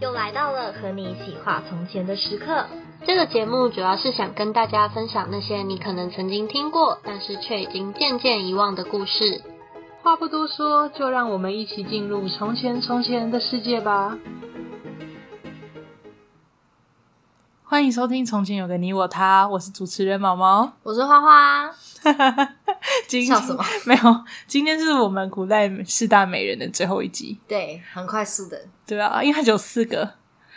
又来到了和你一起画从前的时刻。这个节目主要是想跟大家分享那些你可能曾经听过，但是却已经渐渐遗忘的故事。话不多说，就让我们一起进入从前从前的世界吧。欢迎收听《从前有个你我他》，我是主持人毛毛。 我是花花，今笑什么？ 没有，今天是我们古代四大美人的最后一集，对，很快速的。对啊，因为它只有四个，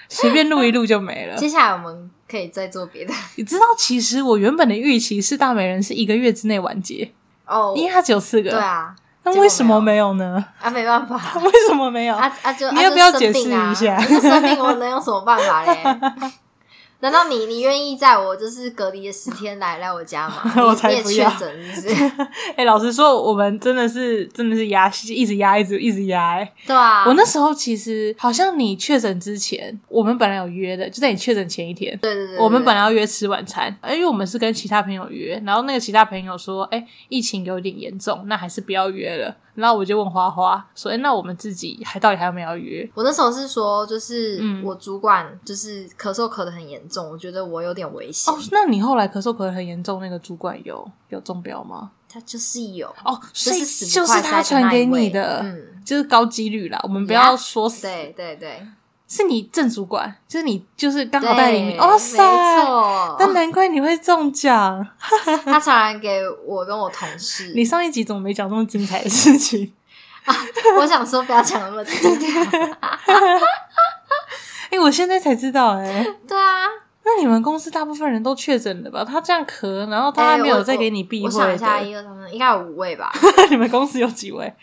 随便录一录就 没了。接下来我们可以再做别的 你知道，其实我原本的预期四大美人是一个月之内完结，哦。因为它只有四个。对，啊，那结果为什么没没有呢？ 啊，没办法，为什么没有？啊啊就你要不要啊就生病啊 解释一下就生病我能有什么办法嘞？ 难道你你愿意在我就是隔离的十天来来我家吗？ 我你才你也不要确诊是不是？ 哎、老实说，我们真的是真的是压，一直压，一直一直压、欸。对啊，我那时候其实好像你确诊之前，我们本来有约的，就在你确诊前一天。对对对对，我们本来来要约吃晚餐，呃因为我们是跟其他朋友约，然后那个其他朋友说，哎、疫情有点严重，那还是不要约了。然后我就问花花说，哎、那我们自己还到底还有没有要约？我那时候是说，就是嗯我主管就是咳嗽咳得很严重，我觉得我有点危险。哦，那你后来咳嗽咳得很严重，那个主管有有中标吗？他就是有，哦，就所以是死就不是快他塞传那给一位你的，嗯，就是高几率啦。我们不 Yeah，要说死对对对，是你正主管，就是你，就是刚对好在里面。哇塞，没那错，难怪你会中奖。 他传染给我跟我同事。你上一集怎么没讲这么精彩的事情？ 我想说不要讲那么低调。哎、我现在才知道、 哎，对啊，那你们公司大部分人都确诊了吧？他这样咳，然后他哎还没我有再给你避我讳想一下，的。一二三，四应该有五位 吧，你们公司有几位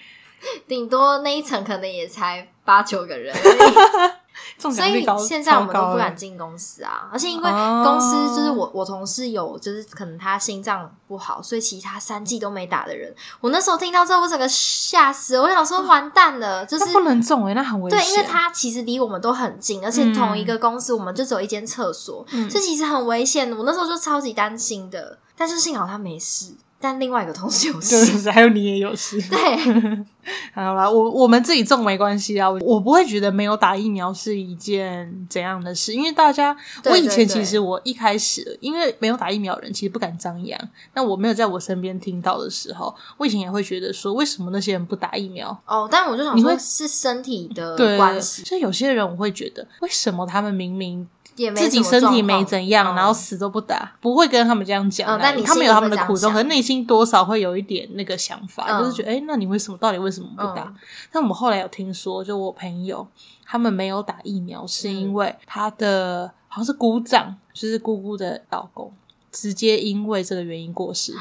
顶多那一层可能也才八九个人 而已。中所奖率以高？现在我们超都高不了敢进公司啊，而且因为哦公司就是我我同事有就是可能他心脏不好，所以其他三季都没打的人，我那时候听到之后我整个吓死了，我想说嗯完蛋了，就是那不能中哎、那很危险。对，因为它其实离我们都很近，而且同一个公司我们就只有一间厕所，嗯这其实很危险的。我那时候就超级担心的，但是幸好他没事，但另外一个同事 有就事。是还有你也有 事。 对，好啦，我我们自己中没关系啊，我我不会觉得没有打疫苗是一件怎样的事，因为大家，对我以前对对其实我一开始因为没有打疫苗的人其实不敢张扬，那我没有在我身边听到的时候，我以前也会觉得说，为什么那些人不打疫苗？哦，但我就想你说，会是身体的对，呃关系，就有些人我会觉得，为什么他们明明也没自己什么身体状没况怎样，嗯然后死都不打，不会跟他们这样讲啊、嗯但你他心们里有他会们的这样苦衷，想可是内心多少会有一点那个想法，嗯就是觉得，哎、那你为什么到底为什么不打？嗯但我们后来有听说，就我朋友他们没有打疫苗，是嗯因为他的、好像是姑丈，就是姑姑的老公，直接因为这个原因过世，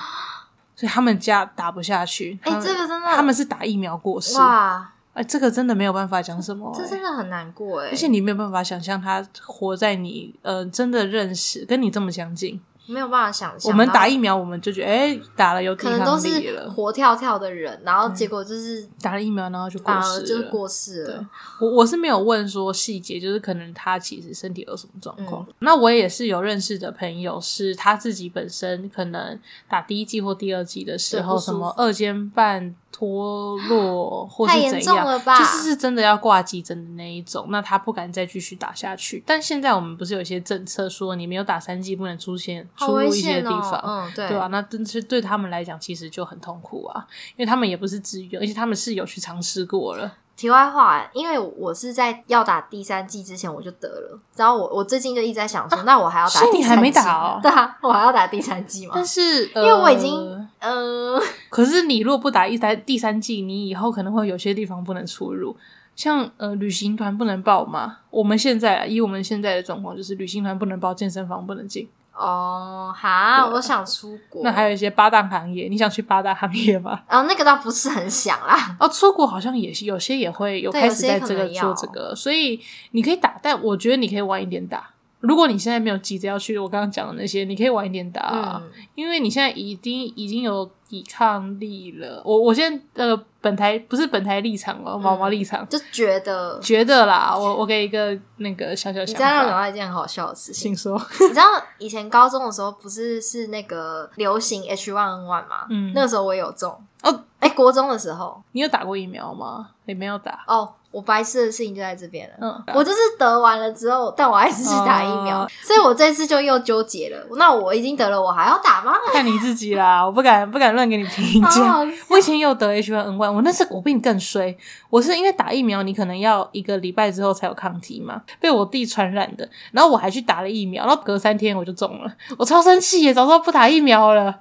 所以他们家打不下去。哎、他们这个真的，他们是打疫苗过世，哇，哎、这个真的没有办法讲什么、这哎真的很难过哎、而且你没有办法想象他活在你呃真的认识，跟你这么相近。没有办法想象，我们然后打疫苗，我们就觉得哎、打了有抵可能都抗力是了，嗯活跳跳的人，然后结果就是打了疫苗然后就过反世而了。就是过世了对。我我是没有问说细节，就是可能他其实身体有什么状嗯况。那我也是有认识的朋友，是他自己本身可能打第一剂或第二剂的时对候，不舒服什么二尖瓣脱落或太是严怎重样，了吧就是是真的要挂急诊的那一种。那他不敢再继续打下去。但现在我们不是有一些政策说，你没有打三剂不能出现好出入危一些险地哦！方。嗯，对，对啊，那真是对他们来讲，其实就很痛苦啊，因为他们也不是自愿，而且他们是有去尝试过了。题外话，因为我是在要打第三季之前我就得了，然后我我最近就一直在想说，那我还要打第啊所三以季？你还没打哦对啊，我还要打第三季吗但？是，因因为我已经呃，可是你若不打一三第三季，你以后可能会有些地方不能出入，像呃旅行团不能报嘛。我们现在啊以我们现在的状况，就是旅行团不能报，健身房不能进。哦哈，对我想出国， 那还有一些八大行业，你想去八大行业吗？啊，那个倒不是很想啦，哦，出国好像也是有些也会有对开有始些在可这个能做要这个，所以你可以打，但我觉得你可以晚一点打。如果你现在没有急着要去我刚刚讲的那些，你可以晚一点打啊，嗯，因为你现在已经已经有抵抗力了。我我现在呃本台不是本台立场哦，毛毛立场、就觉得觉得啦，我我给一个那个小小你想这样让我想法，到一件很好笑的事情请，说。 你知道以前高中的时候不是是那个流行 H one N one 吗？嗯那个时候我也有中，哦，哎、国中的时候，你有打过疫苗吗？你没有打，哦，我白痴的事情就在这边了。嗯，我就是得完了之后，但我还是去打疫苗，哦所以我这次就又纠结了。那我已经得了，我还要打吗？看你自己啦，我不敢不敢乱给你评好价。好我以前也有得 H1N1，我那次我比你更衰，我是因为打疫苗，你可能要一个礼拜之后才有抗体嘛，被我弟传染的，然后我还去打了疫苗，然后隔三天我就中了，我超生气耶，早知道不打疫苗了，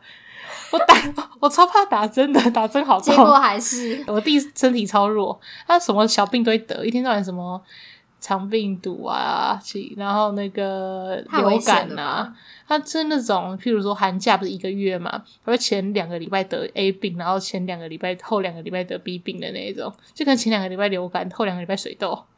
我打 我超怕打针的，打针好 结痛。果还是我弟身体超弱，他什么小病都会得，一天到晚什么肠病毒啊，其然后那个太危流险感了啊吧，他是那种，譬如说寒假不是一个月嘛，他会前两个礼拜得 A 病，然后前两个礼拜后两个礼拜得 B 病的那一种，就跟前两个礼拜流感，后两个礼拜水痘。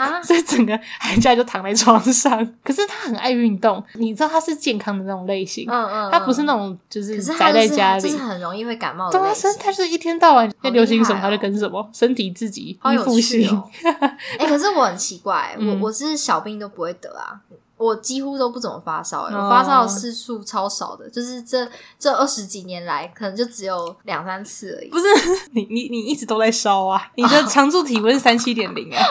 啊，所以整个寒假就躺在床上，可是他很爱运动，你知道他是健康的那种类型，嗯嗯，他不是嗯那种就是可是宅他就在是家里，就是很容易会感冒的对类啊，型身。他就是一天到晚在流行什么好他就厉害哦跟什么，身体自己好依有附趣性。哦！ 哎、可是我很奇怪、嗯我我是小病都不会得啊，我几乎都不怎么发烧、欸，哦我发烧的次数超少的，就是这这二十几年来，可能就只有两三次而已。不是 你你你一直都在烧啊，你哦的常驻体温三七点零 啊，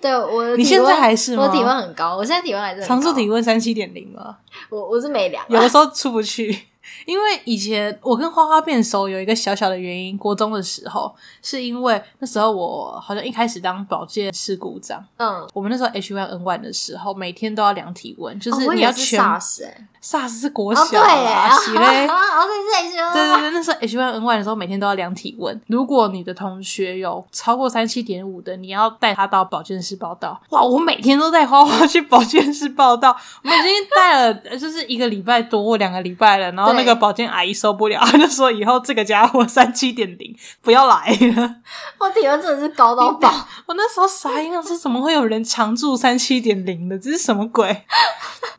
对，我的体温你现在还是吗我体温很高，我现在体温还是很高常驻体，温三七点零啊，我我是没量啊，有的时候出不去。 因为以前我跟花花变熟有一个小小的原因，国中的时候是因为那时候我好像一开始当保健室股长，嗯，我们那时候 H1N1 的时候，每天都要量体温，就哦是我你也要是全、 SARS 哎、 SARS 是国欸，小哦对哎、啊欸，洗嘞哦， 哦对是 H 对 N，对对，那时候 H1N1 的时候，每天都要量体温。如果你的同学有超过三七点五的，你要带他到保健室报道。哇，我每天都带花花去保健室报道，我们已经带了呃就是一个礼拜多或两个礼拜了。然后那个对保健阿姨受不了，她就说以后这个家伙三七点零不要来了。我体温真的是高到 爆，我那时候傻眼，我说怎么会有人常驻三七点零的？这是什么鬼？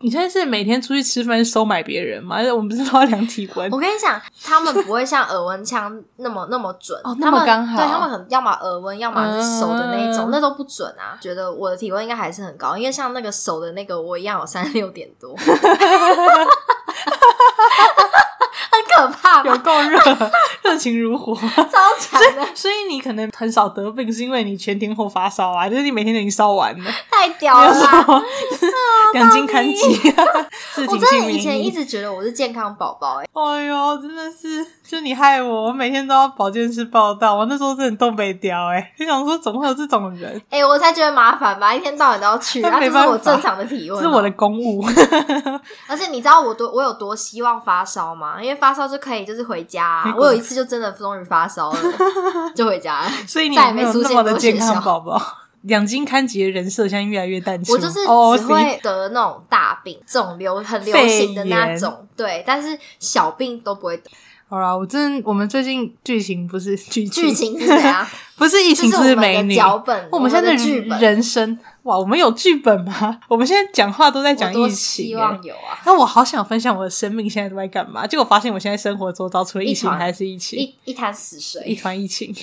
你现在是每天出去吃饭收买别人吗？我们不是都要量体温？我跟你讲，他们不会像耳温枪那么那么准，哦他那么们刚好对他们很要么耳温，要么是手的那一种，嗯那都不准啊。觉得我的体温应该还是很高，因为像那个手的那个，我一样有三六点 多，很可怕吧， 有够热， 热情如火。超强的， 所以你可能很少得病，是因为你全天候发烧啊，就是你每天都已经烧完了，太屌没有了什啦。哦么 两斤看几啊， 是我挺真性的以前免一疫。直觉得我是健康宝宝，哎，哎呦，真的是，就你害我，我每天都要保健室报道，我那时候真的东北屌哎、就想说怎么会有这种人，哎，我才觉得麻烦吧，一天到晚都要去，那然 后没这办是我法正常的 体这温，哦是我的公 务。而且你知道我多我有多希望发烧吗？因为发烧就可以就是回家啊、结果我有一次就真的终于发烧了，就 回家了。所以你再也没没有出那现么过的健学康校宝宝。两斤看几的人设现在越来越淡出，我就是哦，只会得那种大病，这种流很流行的那种，对，但是小病都不会得。好啦，我真我们最近剧情不是剧情剧情是怎样？不 是疫就情，是我不们美的女，脚本，我们们现在的的剧本，人生，哇，我们有剧本吗？ 我们现在讲话都在我讲多疫情希耶、望有啊！那我好想分享我的生命现在都在干嘛，结果发现我现在生活周遭除了疫一情团还是疫情，一一潭死一水，团疫情。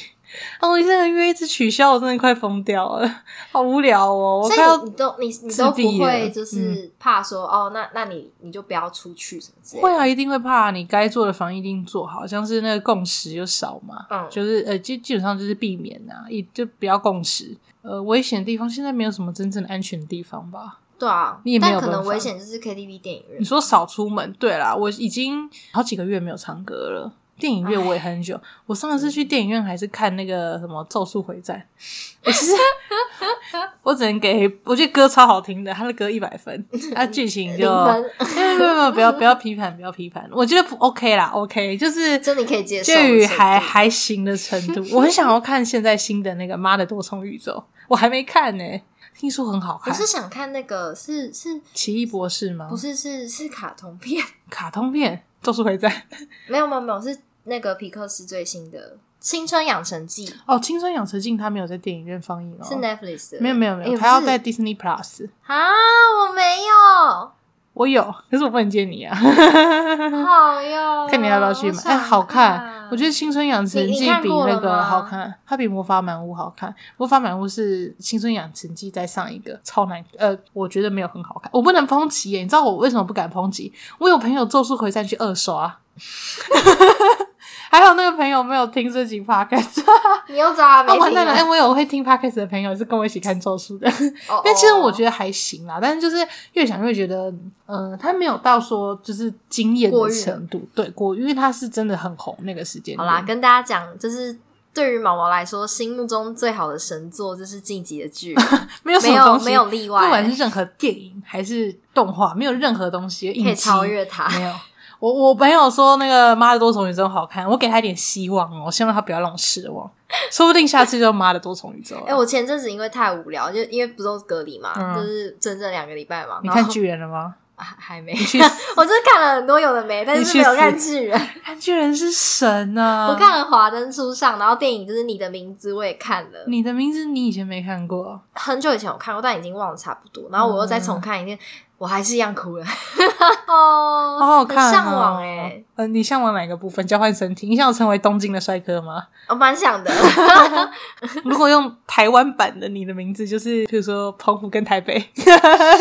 啊！我这个月一直取消，我真的快疯掉了， 好无聊哦！我所快要以你都你你都自闭不会了嗯就是怕说、哦，那那你你就不要出去什么之类的。会啊，一定会怕。你该做的防疫一定做好，像是那个共识就少嘛，嗯就是呃，基基本上就是避免啊，也就不要共识。呃，危险的地方现在没有什么真正的安全的地方吧？对啊，你也没有但可能办法危险就是 KTV 电影院你。说少出门，对啦，我已经好几个月没有唱歌了。电影院我也很久，我上次去电影院还是看那个什么《咒术回战》， 我其实我只能给，我觉得歌超好听的，他的歌一百分，他剧情就零分没有没有没有，不要不要批判，不要批判，我觉得不 OK 啦，OK 就是就你可以接受介的程度，于还还行的程度。 我很想要看现在新的那个《妈的多重宇宙》，我还没看呢、听说很好我看，是想看那个是是奇异博士吗？不是是是卡通片？卡通片《咒术回战》。 没有没有没有，是那个皮克斯最新的《青春养成记》，哦，《青春养成镜》它没有在电影院放映哦，是 Netflix 的。没有没有没有，诶它要不是在 Disney Plus。啊，我没 有，我有，可是我不能借你啊，好哟，看你要不要去买。哎，哎，好看，我觉得得《青春养成你记你》看比过那了个吗好看，它比《魔法满屋》好看。《魔法满屋》是《青春养成记》再上一个，超难。呃，我觉得没有很好看，我不能抨击耶。你知道我为什么不敢抨击？我有朋友《咒术回战》去二刷，啊 还有那个朋友没有听这集 podcast，你又知道 他没哦，完听蛋了！哎、啊？我有会听 podcast 的朋友是跟我一起看《咒术》的，哦哎但其实我得觉得还行啦。但是就是越想越觉得，嗯、呃，他没有到说就是惊艳过的誉了程度，对过誉，因为他是真的很红那个时间好点。啦，跟大家讲，就是对于毛毛来说，心目中最好的神作就是《进击的巨人》， 没有什没么有东西，没有例不管外是，任何电影还是动画，没有任何东西可可以超越啊它。 没有，我我朋友说那个《妈的多重宇宙》好看，我给他一点希望哦，我希望他不要让我失望，说不定下次就《妈的多重宇宙》了。哎、我前阵子因为太无聊，就因为不都是隔离嘛，嗯就是整整两个礼拜嘛。你然后看巨人了吗？ 啊还没，你去死 我就是看了很多有的没，但你是去嗯没有死看巨人。看巨人是神啊！我看了《华灯初上》，然后电影就是《你的名字》，我也看了，你的名字，你以前没看过，很久以前我看过，但已经忘了差不多。然后我又再重看一遍，我还是一样哭了。 哦，好好 看、哦，很向往哎、欸，嗯、你向往哪个部分？交换身体，你想要成为东京的帅哥吗？ 我哦蛮想的。如果用台湾版的你的名字，就是比如说澎湖跟台北，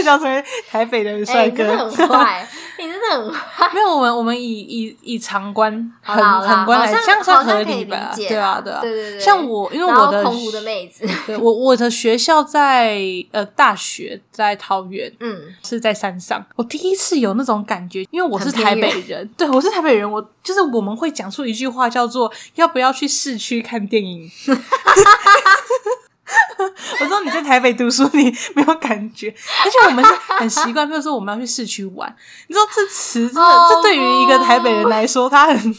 想成为台北的 哎、帅你哥，真的很坏，你真的很坏。没有，我们我们以以以常观好很啦好啦很观来，好像这样算好像合可以理吧？理解对啦啊，对啊。对对对像 我，因为然后我的澎湖的妹子，对我我的学校在呃大学在桃园。嗯，是在山上，我第一次有那种感觉，因为我是很台偏北人，对我是台北人，我就是我们会讲出一句话叫做“要不要去市区看电 影”。我知道你在台北读书，你没有感觉，而且我们是很习惯，比如说我们要去市区玩，你知道这词真的，哦这对于一个台北人来说，他很。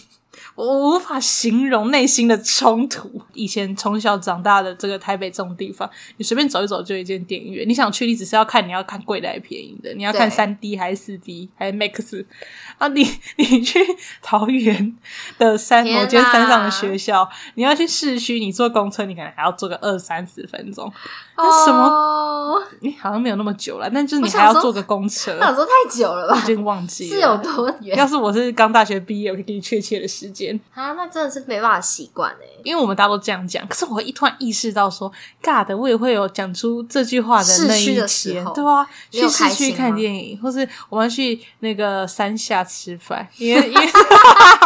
我我无法形容内心的冲突。以前从小长大的这个台北这种地方，你随便走一走就有一间电影院。你想去，你只是要看你要看贵的还是便宜的，你要看对三 D 还是四 D 还是 Max 啊？你你去桃园的山天哪某间山上的学校，你要去市区，你坐公车你可能还要坐个二三十分钟， 那什么么？你好像没有那么久了，但就是你我想还要说坐个公车，哦那我说太久了吧 已？经忘记了是有多远啊要是我是刚大学毕业，我可以给你确切的时间，啊？那真的是没办法习惯哎。因为我们大家都这样讲。可是我一突然意识到说，尬的，我也会有讲出这句话那一市区的时天候，对啊，你有去开市心区吗看电影，或是我们要去那个山下吃饭，因为因 为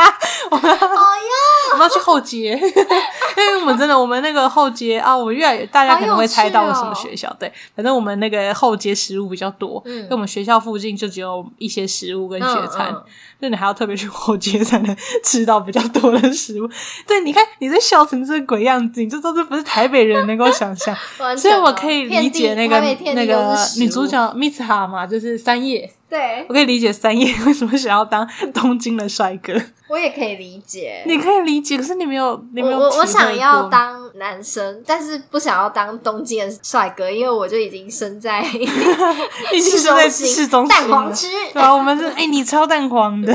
哦呀，我们要去后街， 因为我们真的我们那个后街啊，我越来越大家可能会猜到我什哦么学校，对，反正我们那个后街食物比较多，嗯因为我们学校附近就只有一些食物跟学餐，嗯嗯就你还要特别去后街才能吃到比较多的食物。 对，你看你这笑成这个鬼样子，你就知道这不是台北人能够想 象。完所以全我哦可以遍理地解那个台北遍地那都个是食女主物角 Mitsuha 嘛，就是三叶，对我可以理解三叶 为什么想要当东京的帅 哥，我也可以理解。你可以理解，可是你没有，你没我有我我体会想要过当男生，但是不想要当东京的帅哥，因为我就已经 身在已经市是在中市心中蛋心黄了区， 对啊，我们是哎、你超蛋黄的，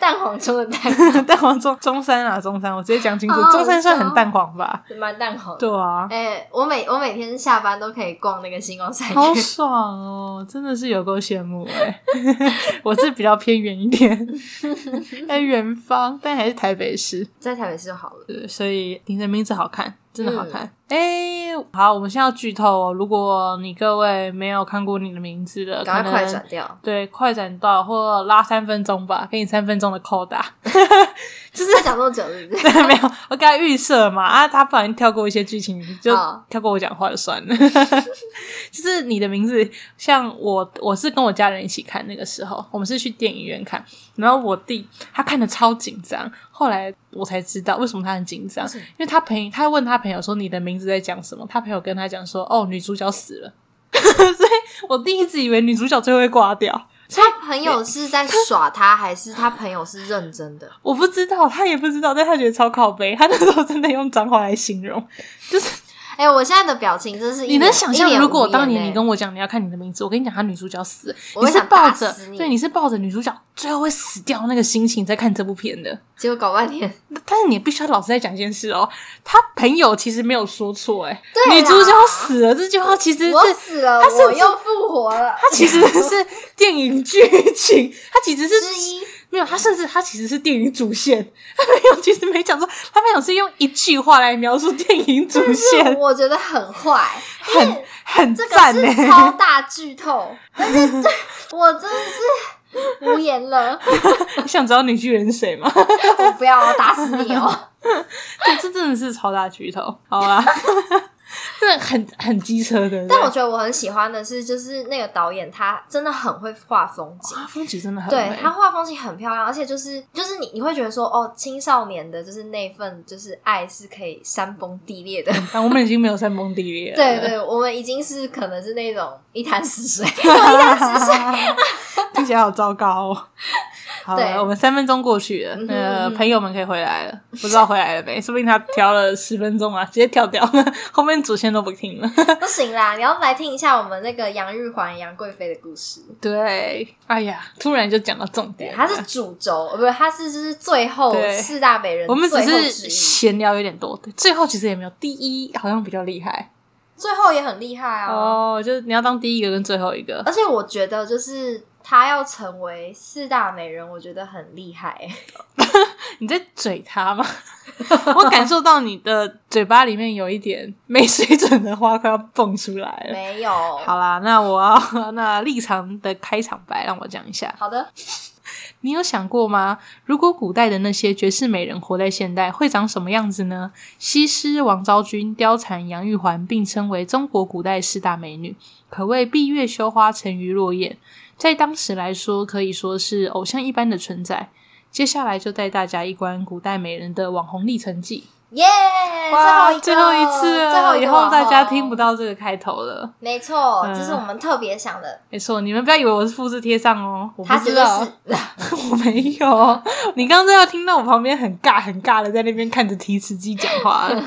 蛋黄中的蛋 黄，蛋黄中中山啊，中山，我直接讲清楚好，好中山算笑很蛋黄吧？蛮蛋黄的。对啊，哎、我每我每天下班都可以逛那个星光三好月，爽哦，真的是有够羡慕哎、 我是比较偏远一 点，在远方，但还是台北市，在台北市就好了。对，所以你的名字好看，真的好嗯看。哎、好，我们现在要剧透哦，如果你各位没有看过你的名字的，赶可快能快转掉，对，快闪到或拉三分钟吧，给你三分钟的扣打。 就是要讲多久是不是？没有，我 给他预设嘛啊，他不小心跳过一些剧情，就好跳过我讲话就算了。 就是你的名字，像我，我是跟我家人一起看，那个时候我们是去电影院看，然后我弟他看的超紧张，后来我才知道为什么他很紧张，因为他朋他问他朋友说你的名字在讲什么，他朋友跟他讲说哦女主角死了， 所以我第一直以为女主角最后会挂掉。他朋友是在耍他，还是他朋友是认真的？我不知道，他也不知道，但他觉得超靠背。他那时候真的用脏话来形容，哎、我现在的表情真是一你能脸想一象，脸如果无言当年欸你跟我讲你要看你的名字，我跟你讲，她女主角死了，我你会是想抱打着死你对，你是抱着女主角最后会死掉那个心情在看这部片的。结果搞半天，但是你必须要老实在讲一件事哦，他朋友其实没有说错，哎，对啦女主角死了这句话其实我是。死了，他甚我至又复活了。它其实是电影剧情，它其实是之一没有，它甚至它其实是电影主线，它没有，其实没讲说，它没有是用一句话来描述电影主线，我觉得很坏，很很这赞呢、欸个是超大剧透，但是 我真的是无言了， 你想知道女巨人是谁吗？我不要打死你 哦！对，这真的是超大巨头，好 啦，这很很机车的。但我觉得我很喜欢的是，就是那个导演他真的很会画风景。哇，风景真的很对美，他画风景很漂亮，而且就是就是你你会觉得说哦，青少年的就是那份就是爱是可以山崩嗯地裂的。但我们已经没有山崩地裂了。 对对，我们已经是可能是那种一潭 死水，一潭死水。听起来好糟糕哦。好对了，我们三分钟过去了，嗯哼呃，嗯哼朋友们可以回来了，不知道回来了没？说不定他调了十分钟啊，直接跳掉了，后面主线都不听了。不行啦，你要来听一下我们那个杨玉环、杨贵妃的故事。 对，哎呀，突然就讲到重对，点了，它是主轴，呃不是，它是就是最后对四大美人，我们只最后是之一，闲聊有点多，对最后其实也没有第一，好像比较厉害最后也很厉害啊。哦，就是你要当第一个跟最后一个 而且我觉得，就是她要成为四大美人，我觉得很厉害、 你在嘴他吗？ 我感受到你的嘴巴里面有一点没水准的话快要蹦出来了。没有，好啦，那我要 那立场的开场白让我讲一下。好的，你有想过吗？如果古代的那些绝世美人活在现代，会长什么样子呢？西施、王昭君、貂蝉、杨玉环并称为中国古代四大美女，可谓闭月羞花，沉鱼落雁。在当时来说，可以说是偶像一般的存在。接下来就带大家一观古代美人的网红历程记。耶、哇，哎最最后后一一个次了，最后一个以后大家听不到，到这个开头了。没错，嗯这是我们特别想的，没错，你们不要以为我是复制贴上哦，我不他绝知对道是， 我没有。 你刚刚要听到我旁边很尬很尬的在那边看着提词机讲话了，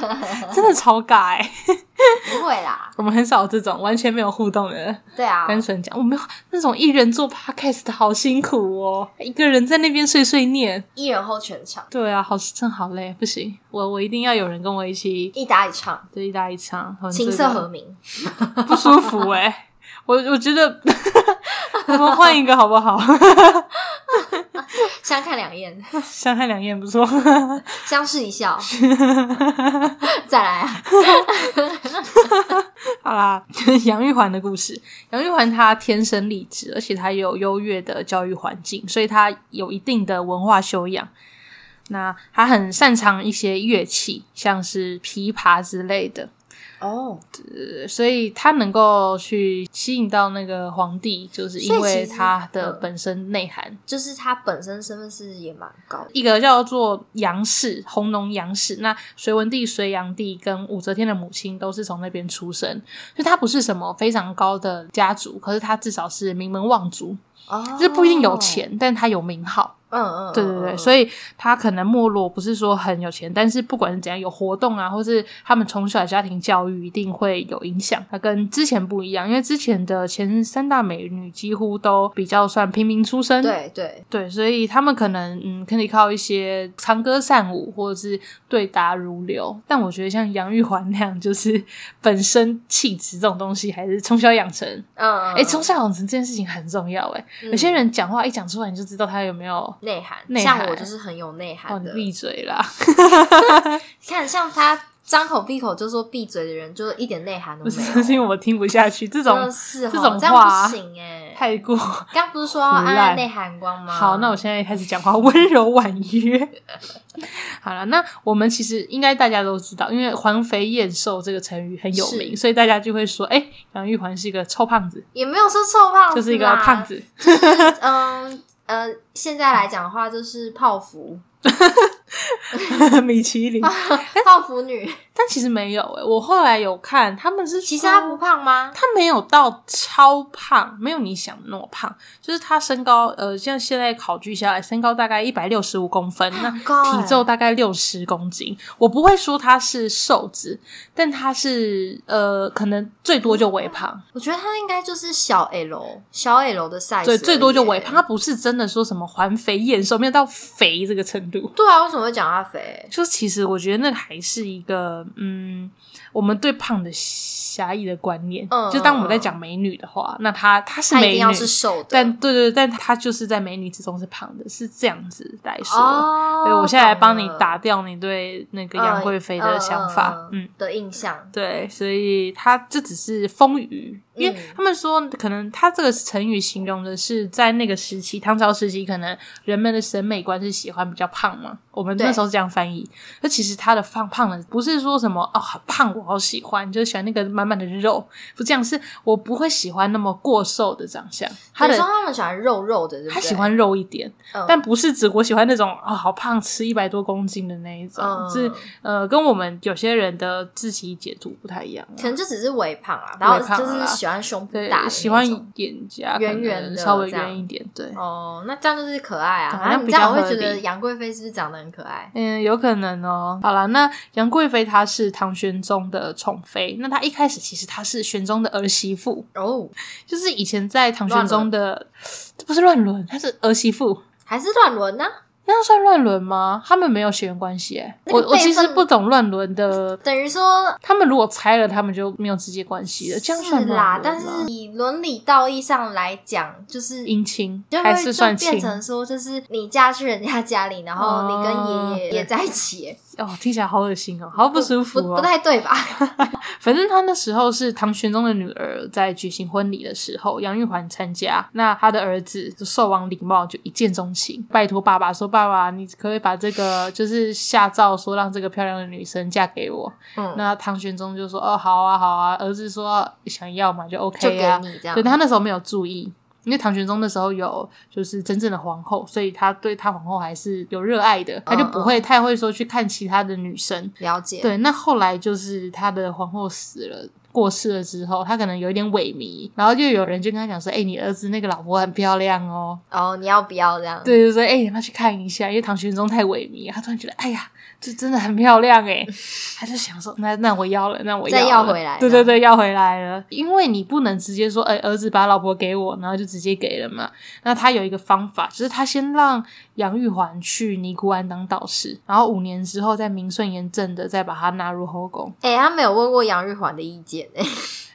真的超尬哎、不会啦，我们很少有这种完全没有互动的，对啊，单纯讲，我没有那种一人做 podcast 的好辛苦哦，一个人在那边碎碎念。一人后全场，对啊，好真好累，不行，我我一定要有人跟我一起。一打一唱，对，一搭一唱，很琴这瑟个和鸣。不舒服哎、我我觉得 我们换一个好不好？ 相看两厌， 相看两厌不错。相视一笑。 再来啊！好啦， 杨玉环的故事。杨玉环她天生丽质，而且她有优越的教育环境，所以她有一定的文化修养。那她很擅长一些乐器，像是琵琶之类的，哦，呃所以她能够去吸引到那个皇帝，就是因所以为其实她的嗯本身内涵。就是他本身身份是也蛮高的，一个叫做杨氏，弘农杨氏。那隋文帝、隋炀帝跟武则天的母亲都是从那边出生，就他不是什么非常高的家族，可是他至少是名门望族，哦，就是不一定有。钱，但他有名号。嗯嗯，对对对，所以以他可能没落不是说很有钱，但是不管是怎样，有活动啊，或是他们从小的家庭教育一定会有影响。他跟之前不一样，因为之前的前三大美女几乎都比较算平民出身，对对，对，所以他们可能嗯，可以靠一些唱歌善舞，或者是对答如流。但我觉得像杨玉环那样，就是 本身气质这种东西，还是从小养成。嗯，哎、从小养成这件事情很重要。哎、嗯有些人讲话一讲出来，你就知道他有没有。内涵，内像涵我就是很有内哦，涵你的。嗯闭嘴啦！看，像他张口闭口就说闭嘴的人，就是一点内涵都不没是，是因有。为我听不下去这种真的是哦这种这样话不行哎。太过。刚不是说要暗胡暗乱内涵光吗？好，那我现在开始讲话，温柔婉约。 好了，那我们其实应该大家都知道，因为“环肥燕瘦”这个成语很有名，是所以大家就会说：“哎、杨玉环是一个臭胖子，也没有说臭胖子，就是一个胖。子。嗯呃，现在来讲的话就是 泡芙，”米其啊林，泡芙女。但其实没有哎、我后来有看，他们是其实说她不，胖吗？他没有到超胖，没有你想的那么胖，就是他身高呃，像现在考据下来，身高大概一百六十五公分，那很高欸体重大概六十公斤，我不会说他是瘦子，但他是呃，可能最多就微胖，我觉得她应该就是小 L 小 L 的 size，最最多就微尾胖，他。不是真的说什么环肥燕瘦，没有到肥这个程度。对啊，为什么会讲她肥？就其实我觉得那个还是一个嗯，我们对胖的狭义的观念。嗯就当我们在讲美女的话，那她她是她一美定女，要是瘦的。但对对，对但她就是在美女之中是胖的，是这样子来说。哦，所以我现在来帮你懂了打掉你对那个杨贵妃的想法。嗯，的印象。对，所以她这只是丰腴因嗯为他们说，可能他这个成语形容的是在那个时期，唐朝时期，可能人们的审美观是喜欢比较胖嘛。我们对那时候是这样翻译。那其实他的胖胖的，不是说什么哦好胖我好喜欢，就是喜欢那个满满的肉，不这样，是我不会喜欢那么过瘦的长相。他他的说他们喜欢肉肉的，对不对？他喜欢肉一点，嗯，但不是指我喜欢那种啊、好胖，吃一百多公斤的那一种，嗯是呃跟我们有些人的自己解读不太一样啊、可能就只是微胖啊，然后微胖就啦是喜欢胸部对大的那种，喜欢眼颊圆圆的可能稍微这样圆一点，对，哦，那这样就是可爱啊。好然像后你比这样较我会合觉得理杨贵妃是不是长得很可爱？嗯，有可能哦。好啦，那杨贵妃她是唐玄宗的宠妃，那她一开始其实她是玄宗的儿媳妇，哦，就是以前在唐玄宗的，这不是乱伦，她是儿媳妇。还是乱伦呢？那样算乱伦吗？他们没有血缘关系、欸，那个我我其辈分实不懂乱伦的等于说他们如果拆了，他们就没有直接关系了，这样算是啦乱，伦但吗是以伦理道义上来讲，就是姻亲就还会是就算亲变成说，就是你嫁去人家家里，然后你跟哦爷爷也在一起，哦，听起来好恶心哦，好不舒 服不哦。不太对吧？反正他那时候是唐玄宗的女儿在举行婚礼的时候，杨玉环参加，那他的儿子就寿王李瑁就一见钟情，拜托爸爸说：“爸爸，你可不可以把这个就是下诏说让这个漂亮的女生嫁给我。”嗯，那唐玄宗就说：“哦，好啊，好啊。”儿子说：“想要嘛就就 OK 给啊。”你这样对。他那时候没有注意，因为唐玄宗那时候有就是真正的皇后，所以他对他皇后还是有热爱的，嗯他就不会太会说去看其他的女生。了解，对，那后来就是他的皇后死了。过世了之后，他可能有一点萎靡，然后就有人就跟他讲说：“哎、你儿子那个老婆很漂亮哦。哦，你要不要这样？”，对，就说：“哎、你要不要去看一下？”因为唐玄宗太萎靡，他突然觉得：“哎呀，这真的很漂亮 哎！”他就想说：“那那我要了，那我再要要了回来对这样对对，要回来了，因为你不能直接说，哎、儿子把老婆给我，然后就直接给了嘛。那他有一个方法，就是他先让杨玉环去尼姑庵当道士，然后五年之后在明顺延正的再把他纳入后宫。哎，他没有问过杨玉环的意见，哎，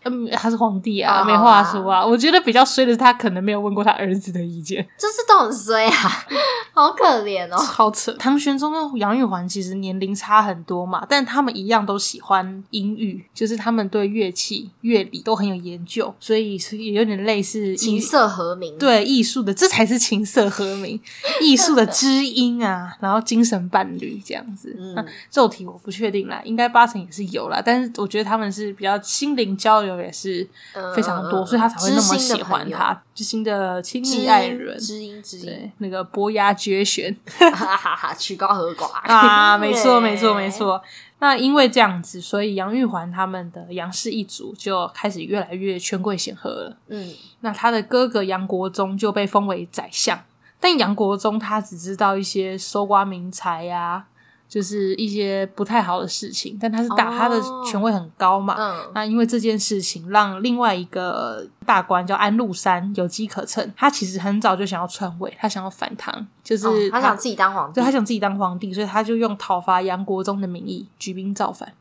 嗯，他是皇帝啊，哦没话说啊。我觉得比较衰的是，他可能没有问过他儿子的意见，就是都很衰啊， 好可怜哦。超扯。唐玄宗跟杨玉环其实年龄差很多嘛，但他们一样都喜欢音域，就是他们对乐器、乐理都很有研究，所以是也有点类似琴艺瑟和鸣，，对艺术的，这才是琴瑟和鸣，艺术 的知音啊，然后精神伴侣这样子。嗯那肉体我不确定啦，应该八成也是有啦，但是我觉得他们是比较心灵交流也是非常嗯嗯多，嗯所以他才会那么喜欢知心的朋他，知心的亲知密音爱人。知音知音，对，那个伯牙绝弦哈哈哈哈，曲高和寡 哦啊，没错，对没错，没错。那因为这样子，所以杨玉环他们的杨氏一族就开始越来越权贵显赫了。嗯，那他的哥哥杨国忠就被封为宰相，但杨国忠他只知道一些搜刮民财呀、就是一些不太好的事情，但他是大，哦他的权位很高嘛。嗯，那因为这件事情，让另外一个大官叫安禄山有机可乘。他其实很早就想要篡位，他想要反唐，就是、哦他想自己当皇帝对，他想自己当皇帝，所以他就用讨伐杨国忠的名义举兵造反。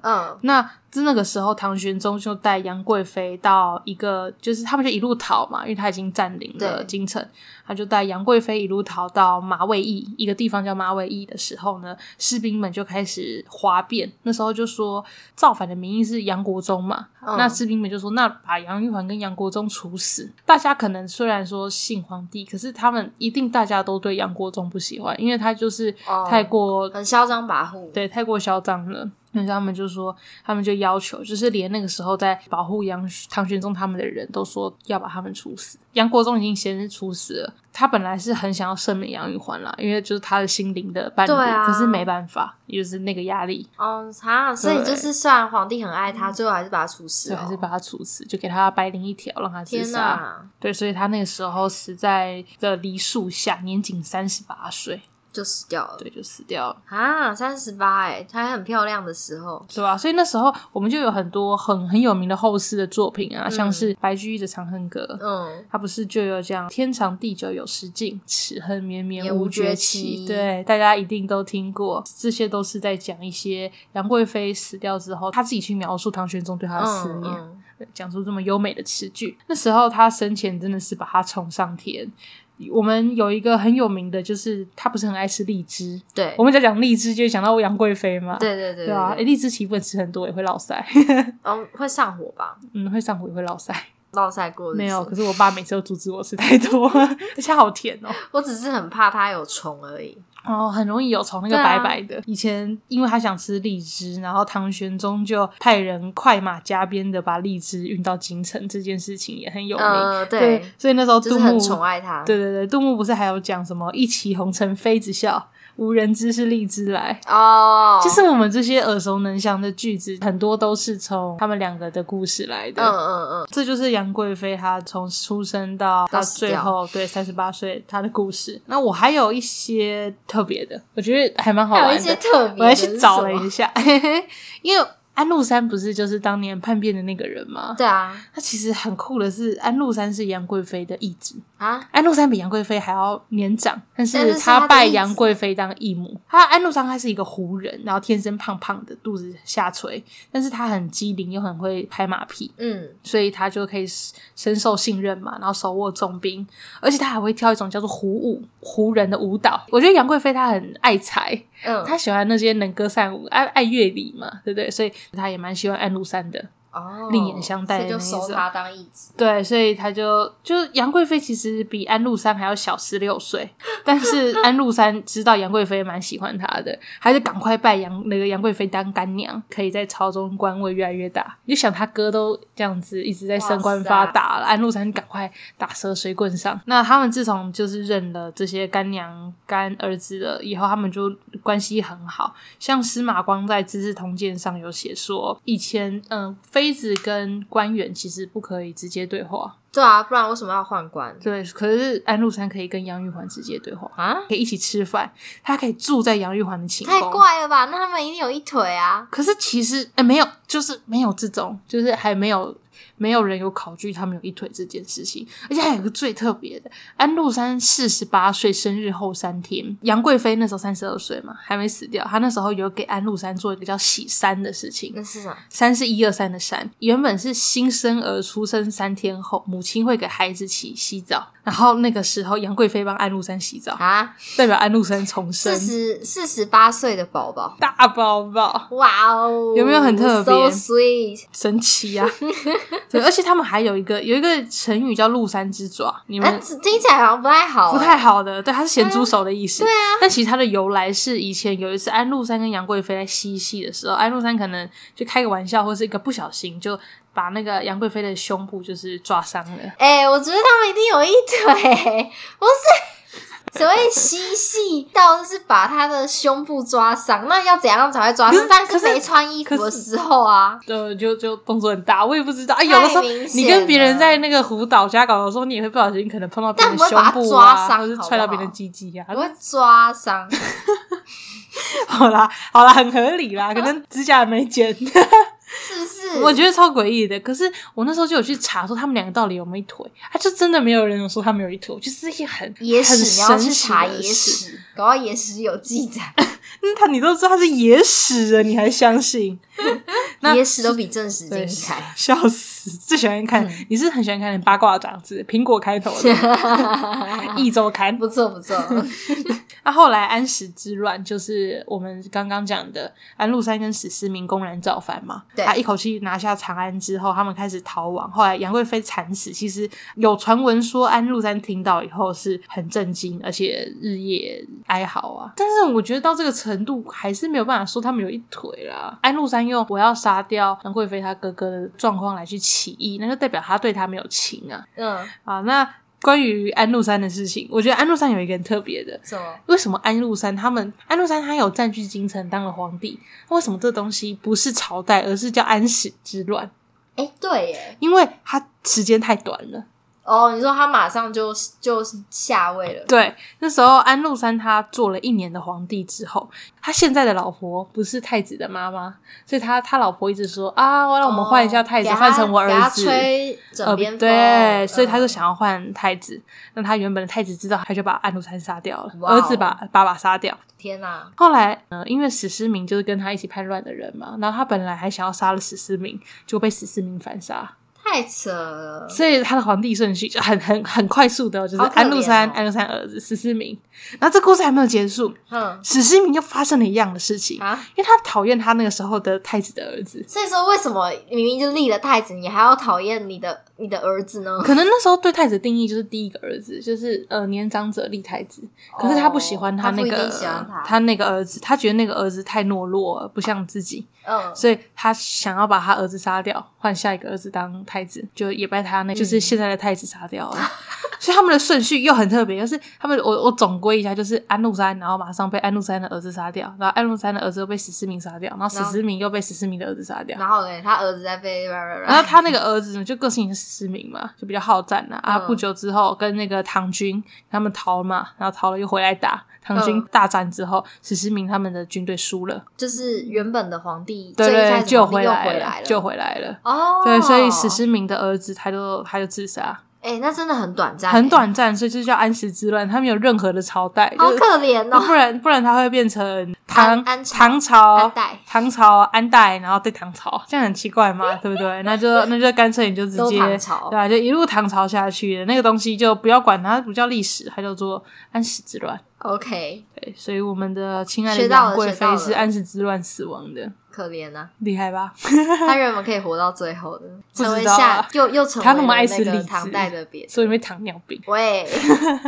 嗯，那自那个时候，唐玄宗就带杨贵妃到一个，就是他们就一路逃嘛，因为他已经占领了对京城，他就带杨贵妃一路逃到马尾驿一个地方叫马尾驿的时候呢，士兵们就开始哗变。那时候就说造反的名义是杨国忠嘛，嗯那士兵们就说那把杨玉环跟杨国忠处死。大家可能虽然说信皇帝，可是他们一定大家都对杨国忠不喜欢，因为他就是哦太过、很嚣张跋扈，对，太过嚣张了。那他们就说，他们就要求，就是连那个时候在保护杨唐玄宗他们的人都说要把他们处死。杨国忠已经先是处死了，他本来是很想要赦免杨玉环啦，因为就是他的心灵的伴侣，对啊可是没办法，就是那个压力，哦，啊，所以对就是虽然皇帝很爱他，最后还是把他处死所以了还哦，是把他啊处死，就给他白绫一条，让他自天杀。哪，对，所以他那个时候死在的梨树下，年仅三十八岁，就死掉了。对，就死掉了。啊，三十八哎，她还很漂亮的时候，对吧、所以那时候我们就有很多很很有名的后世的作品啊，像是白居易的《长恨歌》嗯，它不是就有这样“天长地久有时尽，此恨绵也绵无无绝绝期期”。对，大家一定都听过，这些都是在讲一些杨贵妃死掉之后，她自己去描述唐玄宗对她的思嗯念，嗯对讲出这么优美的词句。那时候她生前真的是把她宠上天。我们有一个很有名的，就是他不是很爱吃荔枝。对我们在讲荔枝，就会想到杨贵妃嘛。对对对对啊，诶对荔枝其实不能吃很多，也会落腮。哦，会上火吧？ 嗯，会上火也会落腮。落晒过 没有，日子可是我爸每次都阻止我吃太多， 而且好甜哦。我只是很怕它有虫而已。哦，很容易有虫，那个对白啊白的。以前因为他想吃荔枝，然后唐玄宗就派人快马加鞭的把荔枝运到京城，这件事情也很有名。呃，对，对，所以那时候就杜是牧很宠爱它。对对对，杜牧不是还有讲什么“一骑红尘妃子笑，无人知是荔枝来”。哦，就是我们这些耳熟能详的句子，很多都是从他们两个的故事来的。嗯嗯嗯，这就是杨贵妃她从出生到她到死最后对三十八岁她的故事。那我还有一些特别的，我觉得还蛮好玩还的。有一些特别的，我还去找了是什一么下， 因为安禄山不是就是当年叛变的那个人吗？对啊他其实很酷的是，安禄山是杨贵妃的义子，啊，安禄山比杨贵妃还要年长，但但是是是他他的拜义子杨贵妃当义母。他安禄山他是一个胡人，然后天生胖胖的，肚子下垂，但是他很机灵又很会拍马屁，嗯，所以他就可以深受信任嘛，然后手握重兵，而且他还会跳一种叫做胡舞胡人的舞蹈。我觉得杨贵妃她很爱才，嗯，她喜欢那些能歌善舞，爱爱乐理嘛，对不对？所以她也蛮喜欢安禄山的。哦，另眼相待的所以就那一种收它当义子。对，所以他就就是杨贵妃其实比安禄山还要小十六岁，但是安禄山知道杨贵妃蛮喜欢他的，还是赶快拜杨那个杨贵妃当干娘，可以在朝中官位越来越大。你就想他哥都这样子一直在升官发达了，安禄山赶快打蛇随棍上。那他们自从就是认了这些干娘干儿子了以后，他们就关系很好。像司马光在《资治通鉴》上有写说，以前嗯、呃妃子跟官员其实不可以直接对话，对啊，不然为什么要宦官对，可是安禄山可以跟杨玉环直接对话，啊？可以一起吃饭，他可以住在杨玉环的寝宫。太怪了吧？那他们一定有一腿啊！可是其实哎、没有，就是没有这种，就是还没有没有人有考据他们有一腿这件事情。而且还有一个最特别的，安禄山四十八岁生日后三天，杨贵妃那时候三十二岁嘛，还没死掉，她那时候有给安禄山做一个叫洗衫的事情。那是啥？三是一二三的三，原本是新生儿出生三天后，母亲会给孩子洗洗澡，然后那个时候杨贵妃帮安禄山洗澡，啊，代表安禄山重生四，十四十八岁的宝宝，大宝宝，哇哦，有没有很特别？So sweet，神奇 呀、啊！对，而且他们还有一个有一个成语叫“鹿山之爪”，你哎、啊，们这听起来好像不太嗯好、不哎太好的，对，它是咸猪手的意思。对啊，但其实它的由来是以前有一次安禄山跟杨贵妃在嬉戏的时候，安禄山可能就开个玩笑，或是一个不小心就把那个杨贵妃的胸部就是抓伤了。哎、我觉得他们一定有一腿，不是。所谓嬉戏到是把他的胸部抓伤，那要怎样才会抓可是伤？但可是没穿衣服可的是时候啊，呃，就就动作很大，我也不知道。啊，有的时候明显你跟别人了在那个胡搞瞎搞的时候，你也会不小心可能碰到别人但不的会胸把它部啊，抓伤或是好不踹到别人好的鸡鸡啊不。会抓伤。 好啦，好啦，很合理 啦，可能指甲也没剪，是不是？ 我觉得超诡异的。可是我那时候就有去查说他们两个到底有没有一腿，啊，就真的没有人有说他们有一腿，我就是一个很 野很史，你要去神奇查的野事史，搞到野史有记载，嗯他你都知道他是野史了，你还相信？ 那野史都比正史精彩。笑死！最喜欢看，嗯你是很喜欢看八卦杂志，苹果开头 的一周刊，不 错不错，那、后来安史之乱就是我们刚刚讲的安禄山跟史思明公然造反嘛，对他一口气拿下长安之后，他们开始逃亡。后来杨贵妃惨死，其实有传闻说安禄山听到以后是很震惊，而且日夜哀嚎啊。但是我觉得到这个程度还是没有办法说他们有一腿啦。安禄山用我要杀掉杨贵妃他哥哥的状况来去起义，那就代表他对他没有情啊嗯，啊！那关于安禄山的事情，我觉得安禄山有一个很特别的，什么？为什么安禄山他们安禄山他有占据京城当了皇帝，为什么这东西不是朝代，而是叫安史之乱？哎、对耶，因为它时间太短了。哦，你说他马上就就下位了，对，那时候安禄山他做了一年的皇帝之后，他现在的老婆不是太子的妈妈，所以他他老婆一直说啊，我让我们换一下太子，哦给他换成我儿子。呃给他吹枕边风、对，所以他就嗯想要换太子。那他原本的太子知道，他就把安禄山杀掉了，哇哦儿子把爸爸杀掉。天哪、后来，呃，因为史思明就是跟他一起叛乱的人嘛，然后他本来还想要杀了史思明，就被史思明反杀。太扯了。所以他的皇帝顺序就很很很快速的哦，就是嗯好可怜哦安禄山、安禄山儿子十四名，然后这故事还没有结束，嗯史思明又发生了一样的事情，啊，因为他讨厌他那个时候的太子的儿子，所以说为什么明明就立了太子，你还要讨厌你的你的儿子呢？可能那时候对太子的定义就是第一个儿子，就是呃年长者立太子，可是他不喜欢哦他那不一个、定喜欢他那个儿子，他觉得那个儿子太懦弱了，不像自己，嗯，所以他想要把他儿子杀掉，换下一个儿子当太子，就也把嗯他那就是现在的太子杀掉了。 所以他们的顺序又很特别，就是他们我我总归一下，就是安禄山，然后马上被安禄山的儿子杀掉，然后安禄山的儿子又被史思明杀掉，然后史然后思明又被史思明的儿子杀掉，然后嘞，他儿子在被，啊然然后他那个儿子呢，就个性失明嘛，就比较好战啊。啊，嗯不久之后跟那个唐军他们逃嘛，然后逃了又回来打。唐军嗯大战之后，史思明他们的军队输了，就是原本的皇帝，对最一对开对，始的救皇帝又来回了，了，救回来了。哦，对，所以史思明的儿子他就他就自杀，哎、那真的很短暂、欸很，短暂，所以就叫安史之乱。他没有任何的朝代，好就是可怜那 哦。不然不然他会变成唐安安唐朝朝安代唐朝安代，然后对唐朝，这样很奇怪嘛，对不对？那就那就干脆你就直都接唐朝对啊，就一路唐朝下去的那个东西就不要管它，不叫历史，它叫做安史之乱。 OK，对，所以我们的亲爱的学到了杨贵学到妃了是安史之乱死亡的，可 怜啊，厉害吧？他原本可以活到最后的，不知道成啊为下又又成为他那么爱吃那李个子唐代的别。所以会糖尿病。喂，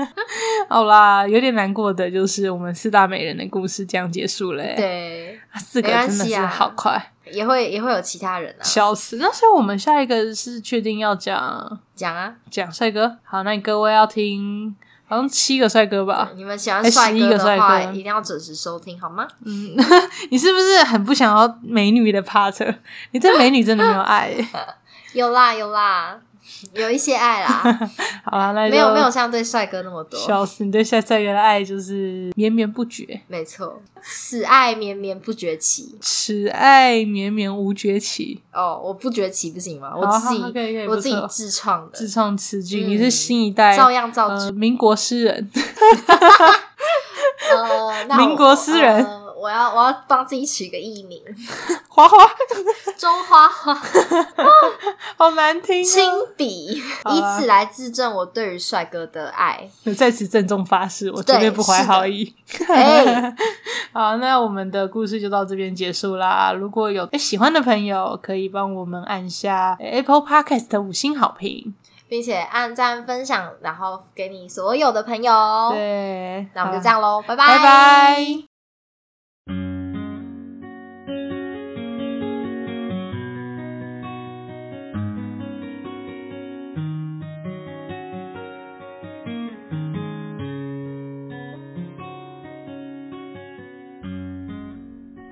好啦，有点难过的就是我们四大美人的故事这样结束了、欸。，对，四个没关真的系是啊好快，也会也会有其他人啊，笑死。那所以我们下一个是确定要讲。讲啊，讲帅哥。好，那你各位要听，好像七个帅哥吧？你们喜欢哎帅11哥个的话，帅哥一定要准时收听好吗？嗯，你是不是很不想要美女的 part？你对美女真的没有 爱、欸。有啦 有啦，有一些爱啦，好啦，那就没有没有像对帅哥那么多，笑死！你对帅帅哥的爱就是绵绵不绝，没错，此爱绵绵不绝期。此爱绵绵无绝期。哦，我不觉得起不行吗？好我自己好好可以可以我不自错己自创的，自创词句，嗯你是新一代照样造 句。呃民国诗人， 呃，那我民国诗人呃我要我要帮自己取个艺名，花花，中花花好难 听、亲哦。笔，好啊以此来自证我对于帅哥的 爱。我在此郑重发誓，我绝对不怀好意。哎好，那我们的故事就到这边结束啦。如果有诶喜欢的朋友，可以帮我们按下诶 Apple Podcast 的五星好评。并且按赞分享，然后给你所有的朋友。哦对，那我们就好这，样喽，拜拜拜拜。